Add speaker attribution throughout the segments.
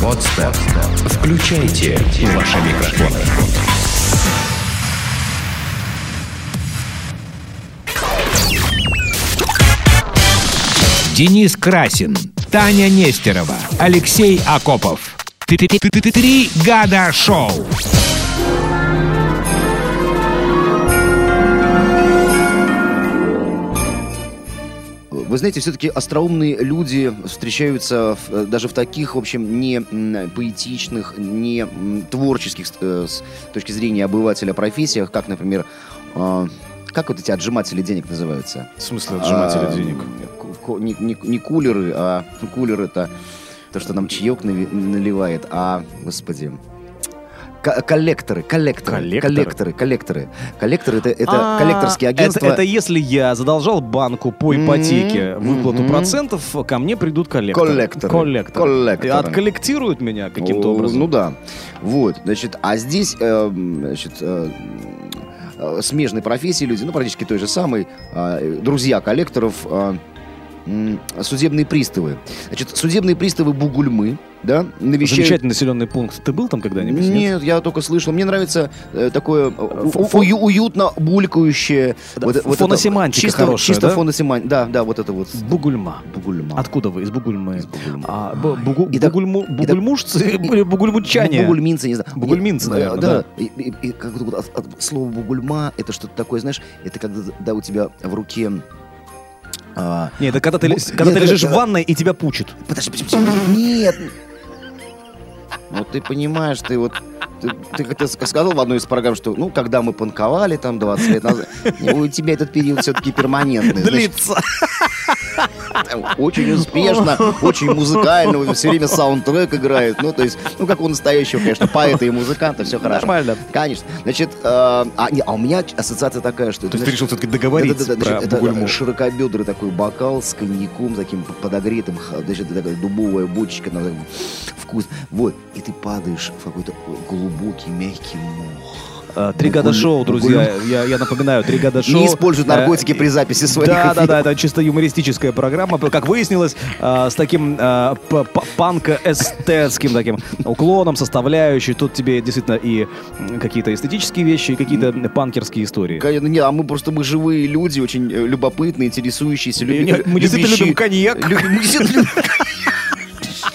Speaker 1: Подстер. Включайте ваши микрофоны.
Speaker 2: Денис Красин, Таня Нестерова, Алексей Акопов. Три года шоу.
Speaker 3: Вы знаете, все-таки остроумные люди встречаются в- э, даже в таких, в общем, не м, поэтичных, не м, творческих э, с точки зрения обывателя профессиях, как, например, э, как вот эти отжиматели денег называются?
Speaker 4: В смысле отжимателя
Speaker 3: А,
Speaker 4: денег?
Speaker 3: ку- ку- Не, не- не кулеры, а ну, кулер это то, что нам чаек нави- наливает, а, господи, к- коллекторы, коллекторы,
Speaker 4: Коллекторы?
Speaker 3: коллекторы, коллекторы. Коллекторы это, это
Speaker 4: А,
Speaker 3: коллекторские
Speaker 4: это-
Speaker 3: агентства.
Speaker 4: Это, если я задолжал банку по ипотеке
Speaker 3: Мгм,
Speaker 4: выплату
Speaker 3: мгм.
Speaker 4: процентов, ко мне придут коллекторы.
Speaker 3: Коллекторы,
Speaker 4: Коллекторы.
Speaker 3: коллекторы.
Speaker 4: И отколлектируют меня каким-то
Speaker 3: О,
Speaker 4: образом.
Speaker 3: Ну да. Вот, значит, а здесь, эм, значит, э, э, смежной профессии люди, ну, практически той же самой, э, друзья коллекторов, э, м, судебные приставы. Значит, судебные приставы Бугульмы, да, навещают...
Speaker 4: Замечательный населенный пункт. Ты был там когда-нибудь?
Speaker 3: Нет, я только слышал. Мне нравится э, такое э, у-
Speaker 4: Фо-
Speaker 3: у- ую- уютно булькающее.
Speaker 4: Да,
Speaker 3: вот, э- вот
Speaker 4: фоносемантика
Speaker 3: это, чисто,
Speaker 4: хорошая,
Speaker 3: Чисто
Speaker 4: да?
Speaker 3: фоносемантика. Да, да, вот это вот.
Speaker 4: Бугульма.
Speaker 3: Бугульма.
Speaker 4: Откуда вы? Из Бугульмы.
Speaker 3: Из Бугульмы.
Speaker 4: А, бу- бугу-
Speaker 3: И так-
Speaker 4: бугульму-
Speaker 3: так-
Speaker 4: бугульмушцы или бугульмучане?
Speaker 3: Бугульминцы, не знаю.
Speaker 4: Бугульминцы,
Speaker 3: Э,
Speaker 4: наверное, да.
Speaker 3: Да. И- и- и как вот от- от Слово бугульма это что-то такое, знаешь, это когда да, у тебя в руке. а,
Speaker 4: Нет, это когда ты,
Speaker 3: Бу-
Speaker 4: лез- когда
Speaker 3: нет,
Speaker 4: ты лежишь
Speaker 3: это-
Speaker 4: в ванной и тебя пучит.
Speaker 3: подожди, подожди, подожди, нет. Ну ты понимаешь, ты вот ты, ты как-то ск- сказал в одной из программ, что ну когда мы панковали там 20 лет назад, ну, у тебя этот период все-таки перманентный. Значит,
Speaker 4: Длится.
Speaker 3: очень успешно, очень музыкально, все время саундтрек играет. Ну, то есть, ну, как у настоящего, конечно, поэта и музыканта, все хорошо.
Speaker 4: Нормально.
Speaker 3: Конечно. Значит, э, а, не, а у меня ассоциация такая, что...
Speaker 4: То есть ты
Speaker 3: знаешь,
Speaker 4: решил все-таки договориться
Speaker 3: да-да-да,
Speaker 4: про
Speaker 3: значит, это
Speaker 4: бугульму.
Speaker 3: широкобедрый такой бокал с коньяком таким п- подогретым, х- значит, такая дубовая бочечка, она так вкус. Вот, и ты падаешь в какой-то глубокий мягкий мох.
Speaker 4: Э, Три года
Speaker 3: Бугуль-
Speaker 4: шоу, друзья. Я, я напоминаю, три года шоу.
Speaker 3: Не используют наркотики
Speaker 4: Э,
Speaker 3: при записи своих
Speaker 4: Да, да,
Speaker 3: эфиров.
Speaker 4: да, это чисто юмористическая программа. Как выяснилось, э, с таким э, п- п- панко-эстетским таким уклоном, составляющей. Тут тебе действительно и м, какие-то эстетические вещи, и какие-то панкерские истории.
Speaker 3: Конечно, не, а мы просто мы живые люди, очень э, любопытные, интересующиеся, люби-
Speaker 4: Не, мы действительно
Speaker 3: любящие-
Speaker 4: любим коньяк.
Speaker 3: Лю- мы действительно любим-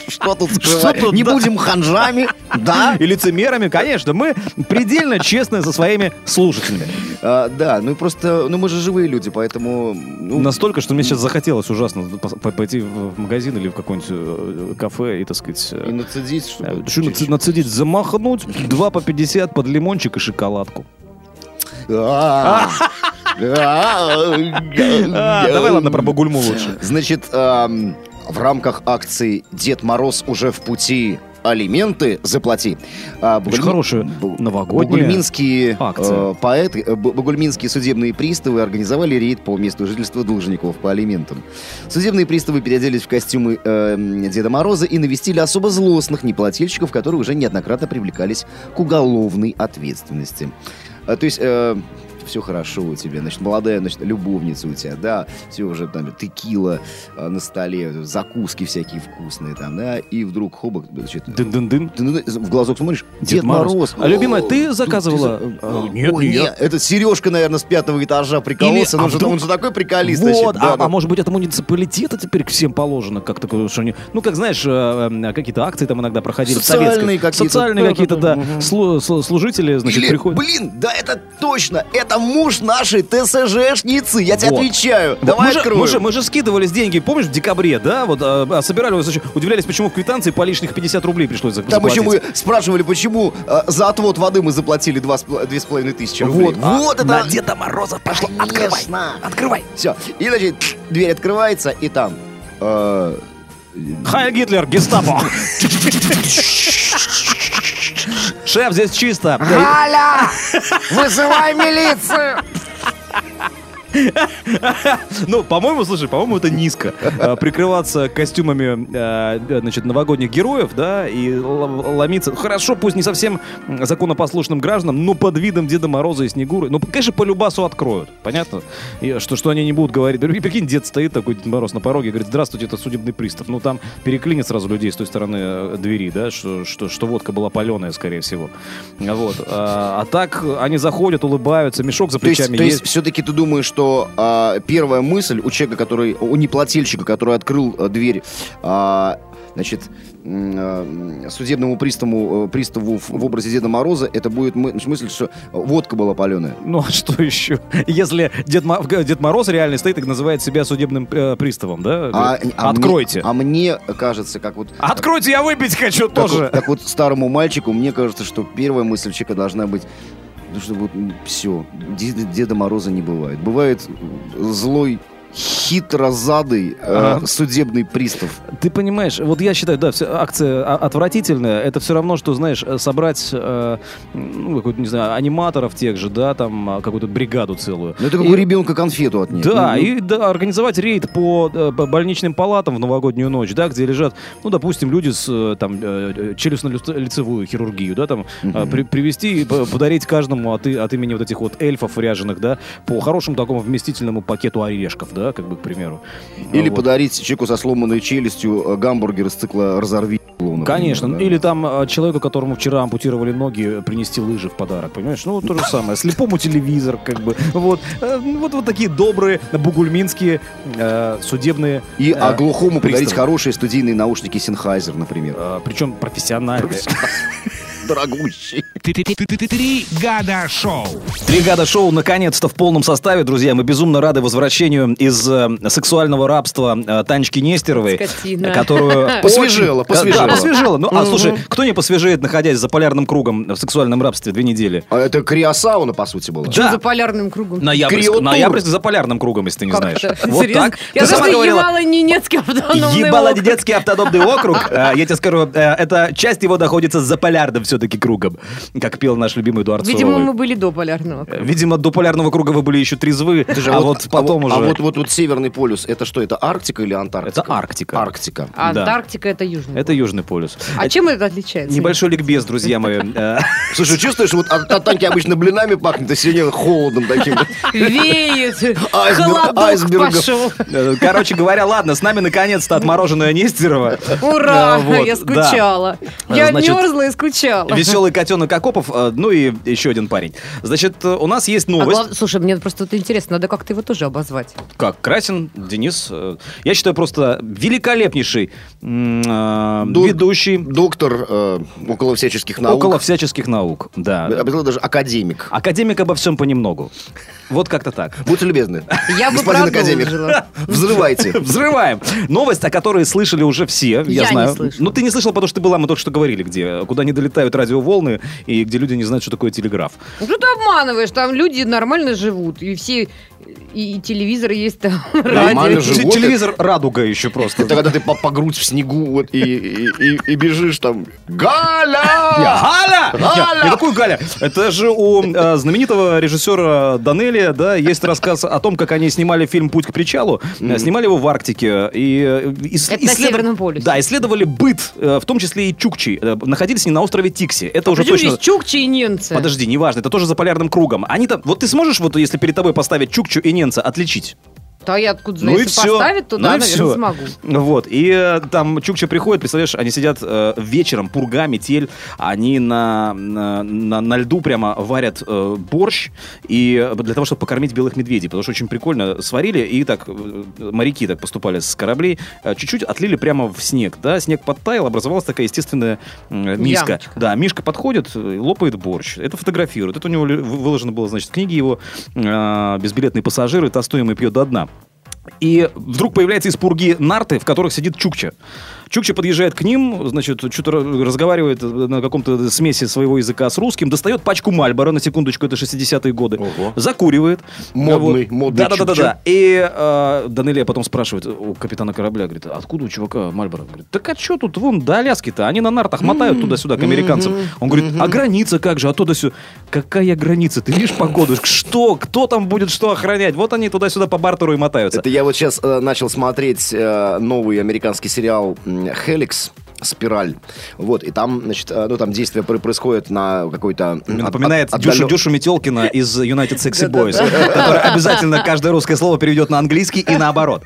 Speaker 3: Что тут
Speaker 4: тут,
Speaker 3: скрывать? Не
Speaker 4: да?
Speaker 3: будем ханжами, да?
Speaker 4: И лицемерами, конечно, мы предельно честны со своими слушателями.
Speaker 3: А, да, ну и просто, ну мы же живые люди, поэтому... Ну,
Speaker 4: Настолько, что мне сейчас захотелось ужасно пос- по- пойти в в магазин или в какое-нибудь э, кафе и, так сказать, э,
Speaker 3: и нацедись,
Speaker 4: э,
Speaker 3: чтобы...
Speaker 4: что нац- нацедить, замахнуть, два по 50 под лимончик и шоколадку.
Speaker 3: А.
Speaker 4: А,
Speaker 3: А.
Speaker 4: давай, ладно, про Багульму лучше.
Speaker 3: Значит, ам, в рамках акции «Дед Мороз уже в пути. Алименты заплати». а,
Speaker 4: Очень
Speaker 3: Бугульми-
Speaker 4: хорошая
Speaker 3: Бу-
Speaker 4: новогодняя.
Speaker 3: Бугульминские
Speaker 4: акция.
Speaker 3: э, поэты, э, бу- бугульминские судебные приставы организовали рейд по месту жительства должников по алиментам. Судебные приставы переоделись в костюмы э, м, Деда Мороза и навестили особо злостных неплательщиков, которые уже неоднократно привлекались к уголовной ответственности. А, то есть... все хорошо у тебя, значит, молодая, значит, любовница у тебя, да, все уже там текила э, на столе, закуски всякие вкусные там, да, и вдруг хобок, значит,
Speaker 4: Дын-дын-дын.
Speaker 3: ты ну, в глазок смотришь, Дед,
Speaker 4: Дед
Speaker 3: Мороз.
Speaker 4: Мороз. А, любимая, ты
Speaker 3: О, за-
Speaker 4: заказывала? А, нет,
Speaker 3: Ой,
Speaker 4: не я.
Speaker 3: нет, Это Сережка, наверное, с пятого этажа прикололся.
Speaker 4: Или- а
Speaker 3: он, же,
Speaker 4: вдруг-
Speaker 3: он же такой приколист.
Speaker 4: Вот,
Speaker 3: значит, да,
Speaker 4: а,
Speaker 3: да.
Speaker 4: а может быть, это муниципалитета теперь к всем положено, как такое, что они, ну, как знаешь, э, э, какие-то акции там иногда проходили в
Speaker 3: Социальные
Speaker 4: советской-
Speaker 3: какие-то.
Speaker 4: социальные какие-то, да,
Speaker 3: Мгм.
Speaker 4: слу- слу- служители, значит,
Speaker 3: Или,
Speaker 4: приходят.
Speaker 3: блин, да это точно, это муж нашей ТСЖшницы, я тебе
Speaker 4: Вот.
Speaker 3: отвечаю.
Speaker 4: Вот
Speaker 3: Давай
Speaker 4: мы, же,
Speaker 3: откроем.
Speaker 4: мы, же, мы же скидывались деньги, помнишь, в декабре, да? Вот а, а, собирали, вот, значит, удивлялись, почему в квитанции по лишних 50 рублей пришлось зак-
Speaker 3: Там
Speaker 4: заплатить.
Speaker 3: еще мы спрашивали, почему э, за отвод воды мы заплатили два с пол- две с половиной тысячи рублей.
Speaker 4: Вот, а,
Speaker 3: вот это...
Speaker 4: на Деда Мороза пошло. Открывай,
Speaker 3: Конечно.
Speaker 4: открывай.
Speaker 3: Все, и, значит, дверь открывается, и там... э,
Speaker 4: Хай Гитлер, гестапо. Шеф, здесь чисто.
Speaker 3: Галя! Вызывай милицию!
Speaker 4: Ну, по-моему, слушай, по-моему, это низко. Э, Прикрываться костюмами, э, значит, новогодних героев, да, и л- ломиться. Ну, Хорошо, пусть не совсем м, законопослушным гражданам, но под видом Деда Мороза и Снегуры. Ну, конечно, по любасу откроют, понятно? И что, что они не будут говорить. Да, Прикинь, дед стоит такой, Дед Мороз, на пороге, говорит, здравствуйте, это судебный пристав. Ну, там переклинит сразу людей с той стороны э, двери, да, что, что, что водка была паленая, скорее всего. Вот. А, а так они заходят, улыбаются, мешок за
Speaker 3: То есть,
Speaker 4: плечами
Speaker 3: то
Speaker 4: есть.
Speaker 3: есть все-таки ты думаешь, что а, первая мысль у человека, который, у неплательщика, который открыл а, дверь, а, значит, м, а, м, судебному приставу, э, приставу в, в образе Деда Мороза, это будет мы- мысль, что водка была паленая.
Speaker 4: Ну а что еще? Если Дед, Мо- г- Дед Мороз реально стоит и называет себя судебным э, приставом, да? Говорит, Откройте.
Speaker 3: Мне, а мне кажется, как вот...
Speaker 4: Откройте, я выпить хочу
Speaker 3: как вот-
Speaker 4: тоже.
Speaker 3: как вот старому мальчику, мне кажется, что первая мысль человека должна быть... Ну что вот все, Деда Мороза не бывает. Бывает злой, хитрозадый э,
Speaker 4: Ага.
Speaker 3: судебный пристав.
Speaker 4: Ты понимаешь, вот я считаю, да, вся акция а- отвратительная. Это все равно, что, знаешь, э, собрать, э, ну, какую-то, не знаю, аниматоров тех же, да, там, а, какую-то бригаду целую.
Speaker 3: Ну это как
Speaker 4: И-
Speaker 3: у ребенка конфету отнять.
Speaker 4: Да,
Speaker 3: Ну, ну,
Speaker 4: и да, организовать рейд по, э, по больничным палатам в новогоднюю ночь, да, где лежат, ну, допустим, люди с э, там э, э, челюстно-лицевую хирургию, да, там э, при- привести и п- подарить каждому от, и- от имени вот этих вот эльфов ряженых, да, по хорошему такому вместительному пакету орешков, да, как бы, к примеру. А
Speaker 3: Или
Speaker 4: Вот.
Speaker 3: подарить человеку со сломанной челюстью э, гамбургер из цикла «Разорви». клоуна»,
Speaker 4: Конечно,
Speaker 3: например, да.
Speaker 4: или там э, человеку, которому вчера ампутировали ноги, э, принести лыжи в подарок, понимаешь? Ну, то же самое, слепому телевизор, как бы, вот. Э, ну, Вот, вот такие добрые, бугульминские, э, судебные
Speaker 3: И
Speaker 4: э,
Speaker 3: а глухому подарить
Speaker 4: пристав.
Speaker 3: хорошие студийные наушники Sennheiser, например.
Speaker 4: причем э, профессиональные.
Speaker 3: Дорогущий.
Speaker 2: Три года шоу.
Speaker 4: Три года шоу наконец-то в полном составе, друзья. Мы безумно рады возвращению из э, сексуального рабства э, Танечки Нестеровой.
Speaker 5: Скотина.
Speaker 4: Которую
Speaker 3: Посвежела,
Speaker 4: очень-
Speaker 3: посвежела.
Speaker 4: Да, посвежела. Ну, а слушай, кто не посвежеет, находясь за полярным кругом в сексуальном рабстве две недели?
Speaker 3: А это криосауна, по сути, была.
Speaker 5: Что за полярным кругом?
Speaker 4: Ноябрьск,
Speaker 3: Криотур.
Speaker 4: ноябрьск за полярным кругом, если ты не
Speaker 5: Как
Speaker 4: знаешь.
Speaker 5: это?
Speaker 4: Вот
Speaker 5: Серьезно?
Speaker 4: так.
Speaker 5: Я
Speaker 4: Ты
Speaker 5: знаю,
Speaker 4: сама
Speaker 5: что
Speaker 4: говорила.
Speaker 5: ебала Ненецкий а автономный
Speaker 4: Ебала
Speaker 5: округ.
Speaker 4: детский автодобный округ. Э, Я тебе скажу, э, это часть его находится за полярным все-таки кругом, как пел наш любимый Эдуард
Speaker 5: Видимо,
Speaker 4: Суровый.
Speaker 5: мы были до полярного.
Speaker 4: Э, Видимо, до полярного круга вы были еще трезвы, а вот потом
Speaker 3: а
Speaker 4: уже...
Speaker 3: вот- А вот, вот, вот Северный полюс, это что, это Арктика или Антарктика?
Speaker 4: Это Арктика.
Speaker 3: Арктика.
Speaker 5: А
Speaker 4: Да.
Speaker 5: Антарктика это южный.
Speaker 4: Это
Speaker 5: полюс.
Speaker 4: Южный полюс.
Speaker 5: А
Speaker 4: Э,
Speaker 5: чем это отличается?
Speaker 4: Небольшой ликбез, друзья мои. Э,
Speaker 3: Слушай, чувствуешь, вот от, от танки обычно блинами пахнет, а сегодня холодом таким.
Speaker 5: Веет.
Speaker 3: Айсберг-
Speaker 5: Холодок
Speaker 3: айсбергов.
Speaker 5: пошел.
Speaker 4: э, Короче говоря, ладно, с нами наконец-то отмороженная Нестерова.
Speaker 5: Ура!
Speaker 4: Э, вот,
Speaker 5: Я
Speaker 4: да.
Speaker 5: скучала.
Speaker 4: Э,
Speaker 5: Я
Speaker 4: значит,
Speaker 5: мерзла и скучала.
Speaker 4: Веселый котенок Акопов, э, ну и еще один парень. Значит, э, у нас есть
Speaker 5: А
Speaker 4: новость.
Speaker 5: глав- Слушай, мне просто вот интересно, надо как-то его тоже обозвать.
Speaker 4: Как Красин, Денис, э, я считаю просто великолепнейший м, э,
Speaker 3: Док-
Speaker 4: ведущий
Speaker 3: Доктор э, около всяческих наук.
Speaker 4: около всяческих наук. Да.
Speaker 3: Обязательно даже академик.
Speaker 4: Академик обо всем понемногу. Вот как-то так.
Speaker 3: Будьте любезны.
Speaker 5: Я бы
Speaker 3: Господин академик,
Speaker 5: продолжила.
Speaker 3: взрывайте.
Speaker 4: Взрываем. Новость, о которой слышали уже все, я,
Speaker 5: Я не
Speaker 4: знаю.
Speaker 5: слышала.
Speaker 4: Ну, ты не слышал, потому что ты была, мы только что говорили, где, куда не долетают радиоволны и где люди не знают, что такое телеграф.
Speaker 5: Ну что ты обманываешь? Там люди нормально живут. И все... И, и телевизор есть там,
Speaker 3: Нормально
Speaker 5: радио.
Speaker 3: живут.
Speaker 4: Т-
Speaker 3: Животных?
Speaker 4: Телевизор радуга еще просто.
Speaker 3: Это когда ты по, по грудь в снегу вот и, и, и- и бежишь там.
Speaker 5: А,
Speaker 4: Я,
Speaker 3: Галя!
Speaker 4: Галя! Я,
Speaker 3: Галя!
Speaker 4: я какую Галя? Это же у э, знаменитого режиссера Данелия, да, есть рассказ о том, как они снимали фильм «Путь к причалу». Э, Снимали его в Арктике. И, э, ис-
Speaker 5: Это на Северном полюсе.
Speaker 4: Да, исследовали быт, э, в том числе и чукчи. Э, Находились они на острове Тикси. Это уже
Speaker 5: Причем
Speaker 4: точно...
Speaker 5: А здесь чукчи и немцы?
Speaker 4: Подожди, неважно, это тоже за полярным кругом. Они там, вот ты сможешь, вот если перед тобой поставить чукчу и ненца, отличить?
Speaker 5: Да я откуда
Speaker 4: Ну
Speaker 5: знаю,
Speaker 4: и
Speaker 5: если
Speaker 4: всё.
Speaker 5: поставят, то
Speaker 4: Ну
Speaker 5: да,
Speaker 4: и
Speaker 5: наверное,
Speaker 4: всё.
Speaker 5: смогу.
Speaker 4: Вот, и э, там чукча приходит, представляешь, они сидят э, вечером, пурга, метель, они на, на, на- на льду прямо варят э, борщ, и э, для того, чтобы покормить белых медведей, потому что очень прикольно сварили, и так э, моряки так поступали с кораблей, э, чуть-чуть отлили прямо в снег, да, снег подтаял, образовалась такая естественная э, миска.
Speaker 5: Ямочка.
Speaker 4: Да, Мишка подходит, э, лопает борщ. Это фотографирует. Это у него ли- вы- выложено было, значит, в книге его э, «Безбилетные пассажиры. Тостуем и пьет до дна». И вдруг появляется из пурги нарты, в которых сидит Чукча. Чукча подъезжает к ним, значит, что-то ра- разговаривает на каком-то смеси своего языка с русским, достает пачку Мальбора, на секундочку, это 60-е годы,
Speaker 3: Ого.
Speaker 4: закуривает.
Speaker 3: Модный, модный
Speaker 4: Да-да-да-да.
Speaker 3: Чукча.
Speaker 4: И э, Данелия потом спрашивает у капитана корабля, говорит, откуда у чувака Мальборо? Говорит, так а что тут, вон, до Аляски-то, они на нартах мотают туда-сюда к американцам. Он говорит, а граница как же, а то да сюда. Какая граница? Ты видишь погоду? Что? Кто там будет что охранять? Вот они туда-сюда по бартеру и мотаются.
Speaker 3: Это я вот сейчас начал смотреть э, новый американский сериал м, «Хеликс». Спираль. Вот, и там, значит, э, ну, там действие пр- происходит на какой-то... м,
Speaker 4: Мне
Speaker 3: от-
Speaker 4: напоминает
Speaker 3: от-
Speaker 4: Дюшу,
Speaker 3: отдалё-
Speaker 4: Дюшу Метелкина из United Sexy Boys, который обязательно каждое русское слово переведет на английский и наоборот.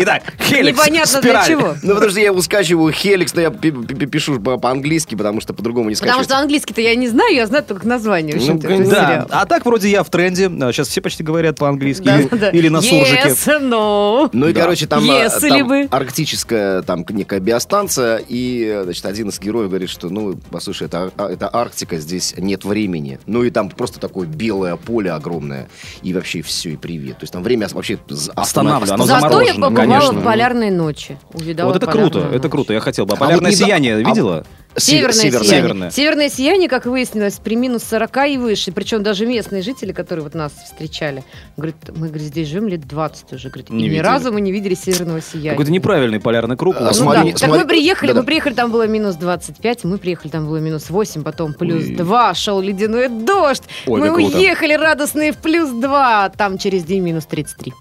Speaker 4: Итак, Хеликс,
Speaker 5: Непонятно для
Speaker 4: спираль.
Speaker 5: чего.
Speaker 3: Ну, потому что я его скачиваю «Хеликс», но я пи- пи- пишу по- по-английски, потому что по-другому не
Speaker 5: Потому
Speaker 3: скачивается.
Speaker 5: что английский-то я не знаю, я знаю только название. в общем-то, этого
Speaker 4: Ну, Да,
Speaker 5: сериала.
Speaker 4: а так вроде я в тренде. Сейчас все почти говорят по-английски
Speaker 5: Да,
Speaker 4: или-
Speaker 5: да.
Speaker 4: или на суржике.
Speaker 5: Yes, no.
Speaker 3: Ну и, короче, там, э,
Speaker 5: Если
Speaker 3: там
Speaker 5: бы.
Speaker 3: арктическая там некая биостанция, и, э, значит, один из героев говорит, что, ну, послушай, это, Ар- это Арктика, здесь нет времени. Ну и там просто такое белое поле огромное, и вообще все, и привет. То есть там время вообще з-
Speaker 4: Останавливает, оно
Speaker 5: Зато я
Speaker 4: заморожено,
Speaker 5: побывала
Speaker 4: конечно.
Speaker 5: в полярной ночи. Увидала
Speaker 4: Вот это
Speaker 5: полярную
Speaker 4: круто, это
Speaker 5: ночь.
Speaker 4: круто, я хотел бы. А
Speaker 3: вот
Speaker 4: полярное
Speaker 3: не за-
Speaker 4: сияние
Speaker 3: а-
Speaker 4: видела?
Speaker 5: Северное,
Speaker 3: северное.
Speaker 5: сияние.
Speaker 4: Северное.
Speaker 5: Северное. сияние, как выяснилось, при минус 40 и выше. Причем даже местные жители, которые вот нас встречали, говорят, мы говорит, здесь живем лет 20 уже. Говорит, и
Speaker 4: Не
Speaker 5: ни
Speaker 4: видели.
Speaker 5: разу мы не видели северного сияния.
Speaker 4: Какой-то неправильный полярный круг.
Speaker 3: А,
Speaker 5: Ну
Speaker 3: смотри, смотри.
Speaker 5: да. Так мы приехали,
Speaker 3: Да-да.
Speaker 5: мы приехали, там было минус 25, мы приехали, там было минус 8, потом плюс 2, шел ледяной дождь.
Speaker 4: Ой,
Speaker 5: мы
Speaker 4: как круто.
Speaker 5: уехали радостные в плюс 2, там через день минус 33.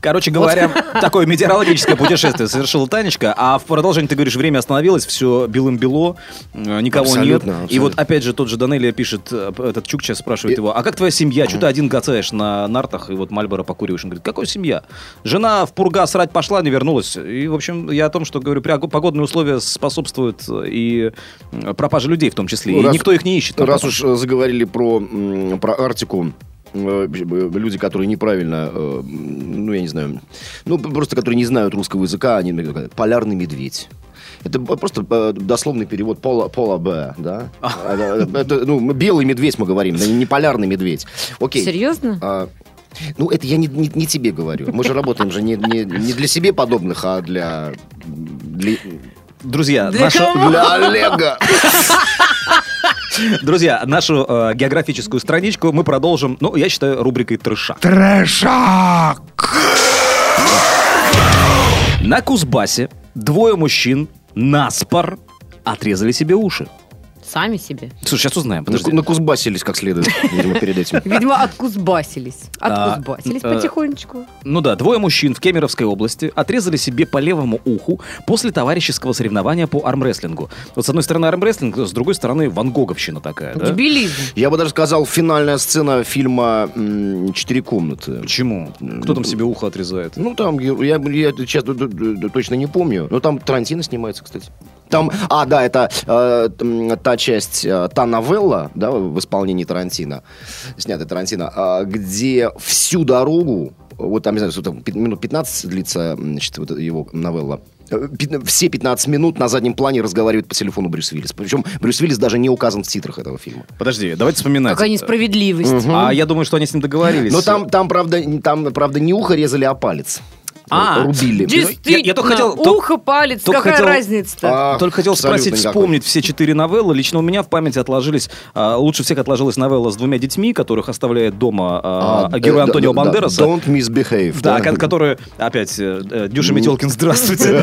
Speaker 4: Короче говоря, такое метеорологическое путешествие совершила Танечка, а в продолжении ты говоришь, время остановилось, все белым-бело, э, никого
Speaker 3: Абсолютно,
Speaker 4: нет. И
Speaker 3: абсолютно.
Speaker 4: вот опять же тот же Данелия пишет, э, этот Чукча спрашивает его, а как твоя семья? Что ты один гацаешь на нартах и вот Мальборо покуриваешь? Он говорит, какой семья? Жена в пурга срать пошла, не вернулась. И, в общем, я о том, что говорю, пря- погодные условия способствуют э, и э, пропаже людей в том числе.
Speaker 3: Ну,
Speaker 4: и
Speaker 3: раз-
Speaker 4: никто их не ищет. там
Speaker 3: Раз
Speaker 4: потом.
Speaker 3: уж э, заговорили про, м, про Арктику, э, люди, которые неправильно, э, ну, я не знаю, ну, просто которые не знают русского языка, они иногда говорят, полярный медведь. Это б- просто э, дословный перевод пола, пола Б, да? Это, это, ну, мы- белый медведь мы говорим, да, не полярный медведь. Окей.
Speaker 5: Серьезно?
Speaker 3: А, ну, это я не, не- не тебе говорю. Мы же работаем же не, не- не для себе подобных, а для... Для,
Speaker 4: Друзья,
Speaker 5: Для
Speaker 4: наша-
Speaker 5: кого?
Speaker 3: для Олега.
Speaker 4: Друзья, нашу э, географическую страничку мы продолжим, ну, я считаю, рубрикой «Трэша».
Speaker 2: Трэшак!
Speaker 4: На Кузбассе двое мужчин наспор отрезали себе уши.
Speaker 5: Сами себе.
Speaker 4: Слушай, сейчас узнаем, подожди.
Speaker 3: Накузбасились как следует, видимо, перед этим.
Speaker 5: Видимо, откузбасились.
Speaker 4: А,
Speaker 5: Откузбасились
Speaker 4: э,
Speaker 5: потихонечку.
Speaker 4: Ну да, двое мужчин в Кемеровской области отрезали себе по левому уху после товарищеского соревнования по армрестлингу. Вот с одной стороны армрестлинг, с другой стороны вангоговщина такая, да?
Speaker 5: Дебилизм.
Speaker 3: Я бы даже сказал, финальная сцена фильма м, «Четыре комнаты».
Speaker 4: Почему? Кто там себе ухо отрезает?
Speaker 3: Ну, там, я, я- я сейчас д- д- д- точно не помню, но там Тарантино снимается, кстати. Там, а, да, это э, м, та часть, э, та новелла, да, в исполнении Тарантино, снятая Тарантино, а, где всю дорогу, вот там, не знаю, сколько там, пи- минут 15 длится м, значит, вот его новелла, э, пи- все 15 минут на заднем плане разговаривает по телефону Брюс Уиллис. Причем Брюс Уиллис даже не указан в титрах этого фильма.
Speaker 4: Подожди, давайте вспоминать.
Speaker 5: Какая несправедливость.
Speaker 4: А я думаю, что они с ним договорились.
Speaker 3: Но Ну, там, там, правда, там, правда, не ухо резали, а палец.
Speaker 4: А,
Speaker 3: Рубили.
Speaker 5: Действительно,
Speaker 4: Я- я только хотел- тол-
Speaker 5: ухо, палец,
Speaker 4: только
Speaker 5: какая
Speaker 4: хотел-
Speaker 5: разница-то?
Speaker 3: А,
Speaker 4: Только хотел
Speaker 3: абсолютно
Speaker 4: спросить,
Speaker 3: никакой.
Speaker 4: вспомнить все четыре новеллы. Лично у меня в памяти отложились... а, лучше всех отложилась новелла с двумя детьми, которых оставляет дома а,
Speaker 3: А,
Speaker 4: герой
Speaker 3: да,
Speaker 4: Антонио
Speaker 3: да, да.
Speaker 4: Бандераса.
Speaker 3: Don't misbehave.
Speaker 4: Да, ко- которые, опять, э, э, Дюша
Speaker 3: Ну.
Speaker 4: Метелкин, здравствуйте.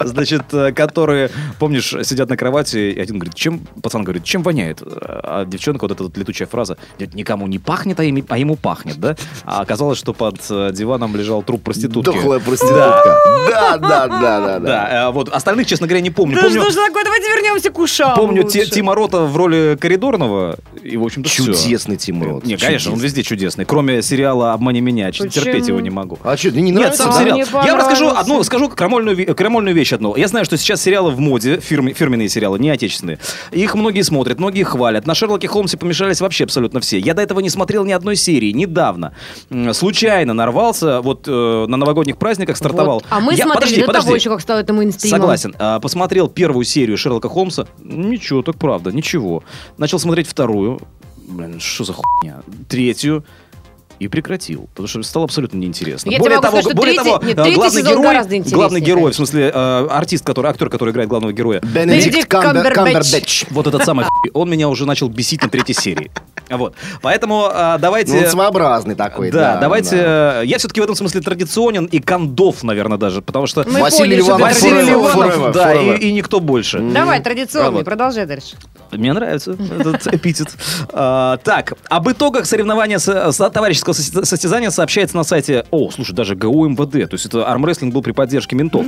Speaker 4: Значит, э, которые, помнишь, сидят на кровати, и один говорит, чем, пацан говорит, чем воняет? А девчонка, вот эта вот летучая фраза, «Нет, никому не пахнет, а ими- а ему пахнет, да? А оказалось, что под э, диваном лежал труп проститутки.
Speaker 3: Дохлая проститутка. Да, да, да, да, да.
Speaker 4: Да, э, вот остальных, честно говоря, не помню.
Speaker 5: Да
Speaker 4: Помню,
Speaker 5: что ж такое, давайте вернемся к ушам
Speaker 4: помню Ти-
Speaker 5: лучше.
Speaker 4: Тима Рота в роли коридорного, и, в общем-то, всё. Э,
Speaker 3: Чудесный Тим Рот.
Speaker 4: Не, конечно, он
Speaker 3: Чудесный.
Speaker 4: везде чудесный. Кроме сериала «Обмани меня», ч- терпеть
Speaker 5: Почему?
Speaker 4: его не могу.
Speaker 3: А что, тебе не
Speaker 4: Нет,
Speaker 3: нравится?
Speaker 4: сам
Speaker 5: да?
Speaker 4: сериал.
Speaker 5: Мне
Speaker 4: Я вам расскажу
Speaker 5: понравился.
Speaker 4: одну, скажу крамольную, ве- крамольную вещь одну. Я знаю, что сейчас сериалы в моде, фирме- фирменные сериалы, не отечественные. Их многие смотрят, многие хвалят. На Шерлоке Холмсе помешались вообще абсолютно все. Я до этого не смотрел ни одной серии, недавно. М, Случайно нарвался, вот э, на новогодних праздниках стартовал.
Speaker 5: Вот. А мы
Speaker 4: Я-
Speaker 5: смотрели
Speaker 4: подожди,
Speaker 5: до
Speaker 4: подожди.
Speaker 5: того еще, как стало это мейнстримом.
Speaker 4: Согласен. А, Посмотрел первую серию Шерлока Холмса. Ничего, так правда, ничего. Начал смотреть вторую. Блин, что за хуйня? Третью. и прекратил, потому что стало абсолютно неинтересно.
Speaker 5: Я тебе
Speaker 4: более
Speaker 5: могу
Speaker 4: того,
Speaker 5: сказать, что
Speaker 4: более
Speaker 5: третий-
Speaker 4: того,
Speaker 5: нет,
Speaker 4: э,
Speaker 5: третий
Speaker 4: главный
Speaker 5: сезон
Speaker 4: герой,
Speaker 5: гораздо интереснее,
Speaker 4: главный герой, в
Speaker 5: конечно.
Speaker 4: смысле э, артист, который актер, который играет главного героя,
Speaker 5: Бенедикт Камбербэтч.
Speaker 4: вот этот самый, он меня уже начал бесить на третьей серии. Вот, поэтому э,
Speaker 6: Ну, он
Speaker 4: давайте.
Speaker 6: своеобразный такой.
Speaker 4: Да, давайте. э, Я все-таки в этом смысле традиционен и кондов, наверное, даже, потому что
Speaker 5: Мы
Speaker 6: Василий
Speaker 5: поняли, что
Speaker 6: Иванов.
Speaker 5: ты
Speaker 4: Василий
Speaker 5: традиционный.
Speaker 6: Forever,
Speaker 4: Иванов,
Speaker 6: forever,
Speaker 4: да,
Speaker 6: forever.
Speaker 4: И, и никто больше.
Speaker 5: Давай,
Speaker 4: А
Speaker 5: традиционный,
Speaker 4: вот.
Speaker 5: продолжай дальше.
Speaker 4: Мне нравится этот эпитет. А, Так, об итогах соревнования со- со- товарищеского соси- состязания сообщается на сайте, о, слушай, даже ГУ МВД, то есть это армрестлинг был при поддержке ментов.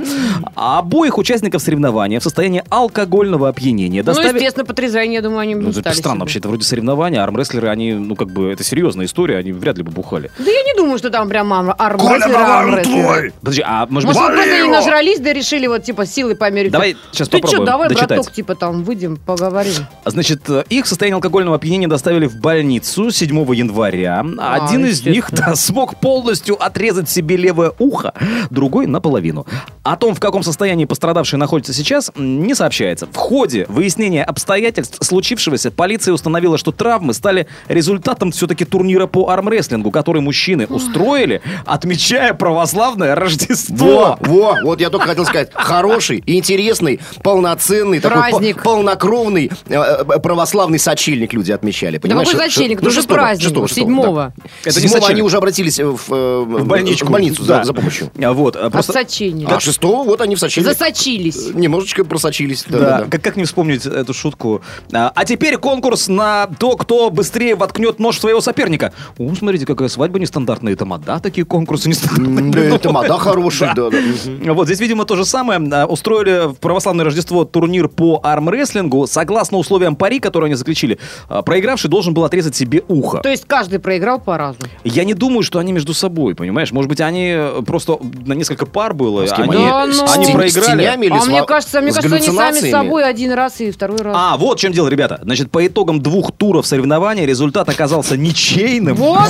Speaker 4: А Обоих участников соревнования в состоянии алкогольного опьянения
Speaker 5: Ну,
Speaker 4: доставили...
Speaker 5: естественно, потрезвение, я думаю, они бы
Speaker 4: Ну,
Speaker 5: не
Speaker 4: это
Speaker 5: стали
Speaker 4: странно
Speaker 5: себе.
Speaker 4: вообще, это вроде соревнования, а армрестлеры, они, ну, как бы, это серьезная история, они вряд ли бы бухали.
Speaker 5: Да я не думаю, что там прям арм- армрестлеры, армрестлеры.
Speaker 4: Подожди, а может быть...
Speaker 5: Может, мы просто не нажрались, да решили вот, типа, силы померить.
Speaker 4: Давай сейчас
Speaker 5: Ты что,
Speaker 4: попробуем
Speaker 5: давай,
Speaker 4: дочитать.
Speaker 5: браток, типа, там, выйдем, поговорим.
Speaker 4: Значит, э, их в состоянии алкогольного опьянения доставили в больницу 7 января.
Speaker 5: А,
Speaker 4: Один из
Speaker 5: естественно.
Speaker 4: них да, смог полностью отрезать себе левое ухо, другой наполовину. О том, в каком состоянии пострадавший находится сейчас, м, не сообщается. В ходе выяснения обстоятельств случившегося полиция установила, что травмы стали результатом все-таки турнира по армрестлингу, который мужчины устроили, отмечая православное Рождество.
Speaker 6: Во, во, вот я только хотел сказать, хороший, интересный, полноценный, такой
Speaker 5: Праздник.
Speaker 6: по- полнокровный э, э, православный сочельник люди отмечали, понимаешь?
Speaker 5: какой сочельник?
Speaker 6: Ш- ну,
Speaker 5: Уже
Speaker 6: шестого,
Speaker 5: праздник,
Speaker 6: шестого, шестого,
Speaker 5: седьмого.
Speaker 6: да.
Speaker 4: Это не
Speaker 6: Седьмого
Speaker 4: сочельник.
Speaker 6: они уже обратились э, в, э, в
Speaker 4: больничку.
Speaker 6: в больницу
Speaker 4: Да.
Speaker 6: за, за помощью.
Speaker 4: А Вот, э, просто...
Speaker 5: Обсочинили.
Speaker 6: А шестого вот они в сочельник
Speaker 5: Засочились.
Speaker 6: немножечко просочились. да,
Speaker 4: Да,
Speaker 6: да, да.
Speaker 4: Как, как не вспомнить эту шутку? А, а теперь конкурс на то, кто быстрее воткнет нож в своего соперника. У, смотрите, какая свадьба нестандартная. И тамада такие конкурсы нестандартные.
Speaker 6: М, Да, это мода хорошая, да, да. Мгм.
Speaker 4: Вот здесь, видимо, то же самое. А, Устроили в православное Рождество турнир по армрестлингу. Согласно условиям пари, которые они заключили, а, проигравший должен был отрезать себе ухо.
Speaker 5: То есть каждый проиграл по-разному.
Speaker 4: Я не думаю, что они между собой, понимаешь? Может быть, они э, просто на несколько пар было.
Speaker 6: А С кем
Speaker 4: они-
Speaker 5: Да ну.
Speaker 6: с
Speaker 4: они
Speaker 6: тен- с
Speaker 4: проиграли.
Speaker 6: тенями или
Speaker 5: А
Speaker 6: с
Speaker 5: мне
Speaker 6: во-
Speaker 5: кажется, мне
Speaker 6: с
Speaker 5: кажется, они сами
Speaker 6: галлюцинациями?
Speaker 5: собой один раз и второй раз.
Speaker 4: А, вот в чем дело, ребята. Значит, по итогам двух туров соревнования результат оказался ничейным.
Speaker 5: Вот.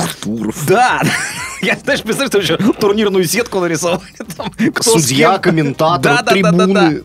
Speaker 4: Да. Я, знаешь, представляешь, что еще турнирную сетку нарисовал. Там, кто с
Speaker 6: Судья,
Speaker 4: кем.
Speaker 6: комментатор,
Speaker 4: Да-да-да-да-да.
Speaker 6: трибуны.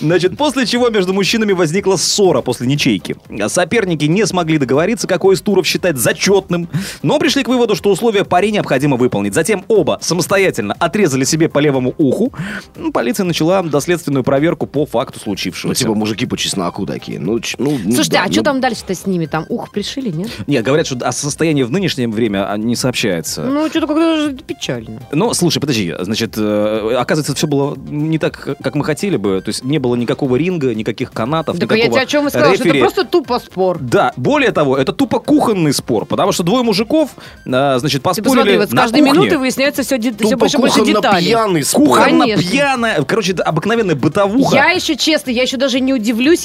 Speaker 4: Значит, после чего между мужчинами возникла ссора после ничейки. Соперники не смогли договориться, какой из туров считать зачетным, но пришли к выводу, что условия пари необходимо выполнить. Затем оба самостоятельно отрезали себе по левому уху. Ну, Полиция начала доследственную проверку по факту
Speaker 6: Ну,
Speaker 4: случившегося.
Speaker 6: типа мужики по чесноку такие. Ну, ч- ну, ну,
Speaker 5: Слушайте,
Speaker 6: да,
Speaker 5: а
Speaker 6: ну,
Speaker 5: что там дальше-то с ними? Там ух пришили, нет?
Speaker 4: Нет, говорят, что о состоянии в нынешнее время а, не сообщается.
Speaker 5: Ну, что-то как-то даже печально.
Speaker 4: Но, слушай, подожди, значит, э, оказывается, все было не так, как мы хотели бы. То есть не было никакого ринга, никаких канатов,
Speaker 5: Так а я
Speaker 4: никакого
Speaker 5: тебе о чем и сказала, что это
Speaker 4: рефери.
Speaker 5: просто тупо спор.
Speaker 4: Да, более того, это тупо кухонный спор, потому что двое мужиков, а, значит,
Speaker 5: Ты посмотри,
Speaker 4: поспорили
Speaker 5: Типа, вот с
Speaker 4: на
Speaker 5: каждой
Speaker 4: кухне.
Speaker 5: минуты выясняется все,
Speaker 6: тупо
Speaker 5: больше и больше
Speaker 6: кухонно
Speaker 5: деталей.
Speaker 6: пьяный спор.
Speaker 4: Кухонно
Speaker 5: Конечно.
Speaker 4: пьяная, короче, это обыкновенная бытовуха.
Speaker 5: Я еще, честно, я еще даже не удивлюсь,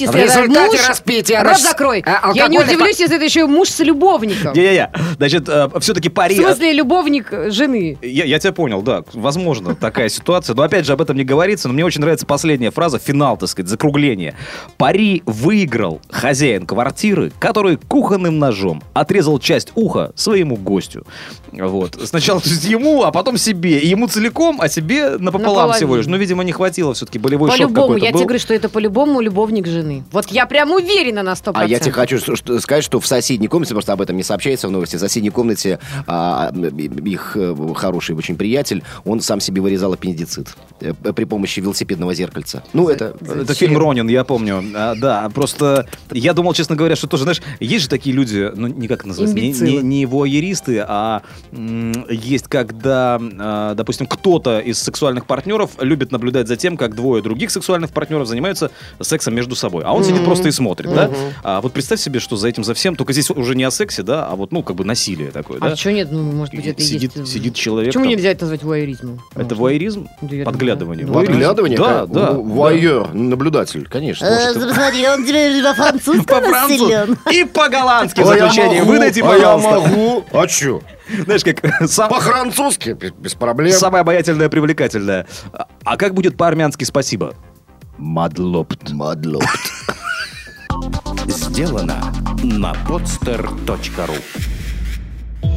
Speaker 4: А
Speaker 5: если
Speaker 6: В
Speaker 5: это
Speaker 6: результате
Speaker 5: муж...
Speaker 6: распития
Speaker 5: Рот
Speaker 6: рас-
Speaker 5: закрой.
Speaker 6: а,
Speaker 5: Я не
Speaker 6: алкоголя-
Speaker 5: удивлюсь, если это еще и муж с любовником.
Speaker 4: Я-я-я. Значит, э, все-таки
Speaker 5: В
Speaker 4: пари...
Speaker 5: смысле, любовник э, жены.
Speaker 4: Я, я тебя понял, да, возможно, такая ситуация. Но опять же, об этом не говорится. Но мне очень нравится последняя фраза, финал, так сказать, закругление. Пари выиграл хозяин квартиры, который кухонным ножом отрезал часть уха своему гостю. Вот. Сначала то есть, ему, а потом себе. И ему целиком, а себе напополам
Speaker 5: Наполовину.
Speaker 4: всего лишь. Ну, видимо, не хватило все-таки болевой шок
Speaker 5: По-любому,
Speaker 4: какой-то
Speaker 5: я
Speaker 4: был.
Speaker 5: тебе говорю, что это по-любому любовник жены. Вот я прям уверена на 100%.
Speaker 6: А я тебе хочу что- что- сказать, что в соседней комнате, просто об этом не сообщается в новости, в соседней комнате а, м, их э, хороший очень приятель, он сам себе вырезал аппендицит э, при помощи велосипедного зеркальца. Ну, это...
Speaker 4: Это фильм Ронин, я помню. А, да, просто я думал, честно говоря, что тоже, знаешь, есть же такие люди, ну, не как это называется, не,
Speaker 5: Имбецилы.
Speaker 4: не, не воеристы, а м, есть, когда, а, допустим, кто-то из сексуальных партнеров любит наблюдать за тем, как двое других сексуальных партнеров занимаются сексом между собой. А он сидит просто и смотрит, да? А вот представь себе, что за этим, за всем, только здесь уже не о сексе, да, а вот, ну, как бы насилие такое,
Speaker 5: А
Speaker 4: да?
Speaker 5: что нет? Ну, может быть,
Speaker 4: И
Speaker 5: это и
Speaker 4: сидит,
Speaker 5: есть.
Speaker 4: сидит человек.
Speaker 5: Почему
Speaker 4: там.
Speaker 5: нельзя это назвать вуайеризмом?
Speaker 4: Это
Speaker 5: Может.
Speaker 4: воеризм?
Speaker 5: Да, я думаю,
Speaker 6: Подглядывание?
Speaker 4: Подглядывание. Воеризм.
Speaker 5: да.
Speaker 4: Да,
Speaker 6: как-
Speaker 4: да.
Speaker 6: в- Вайер, наблюдатель, конечно.
Speaker 7: Э,
Speaker 6: Может,
Speaker 7: Смотри, он теперь во французском населен.
Speaker 4: И по-голландски
Speaker 6: это-
Speaker 4: в заключение.
Speaker 6: А я могу,
Speaker 4: Выдайте,
Speaker 6: а я
Speaker 4: пожалуйста.
Speaker 6: могу. А чё?
Speaker 4: Знаешь, как сам-
Speaker 6: По-французски, б- без проблем.
Speaker 4: самая обаятельная, привлекательная. А- А как будет по-армянски спасибо? Мадлопт.
Speaker 6: Мадлопт.
Speaker 1: Сделано на podster.ru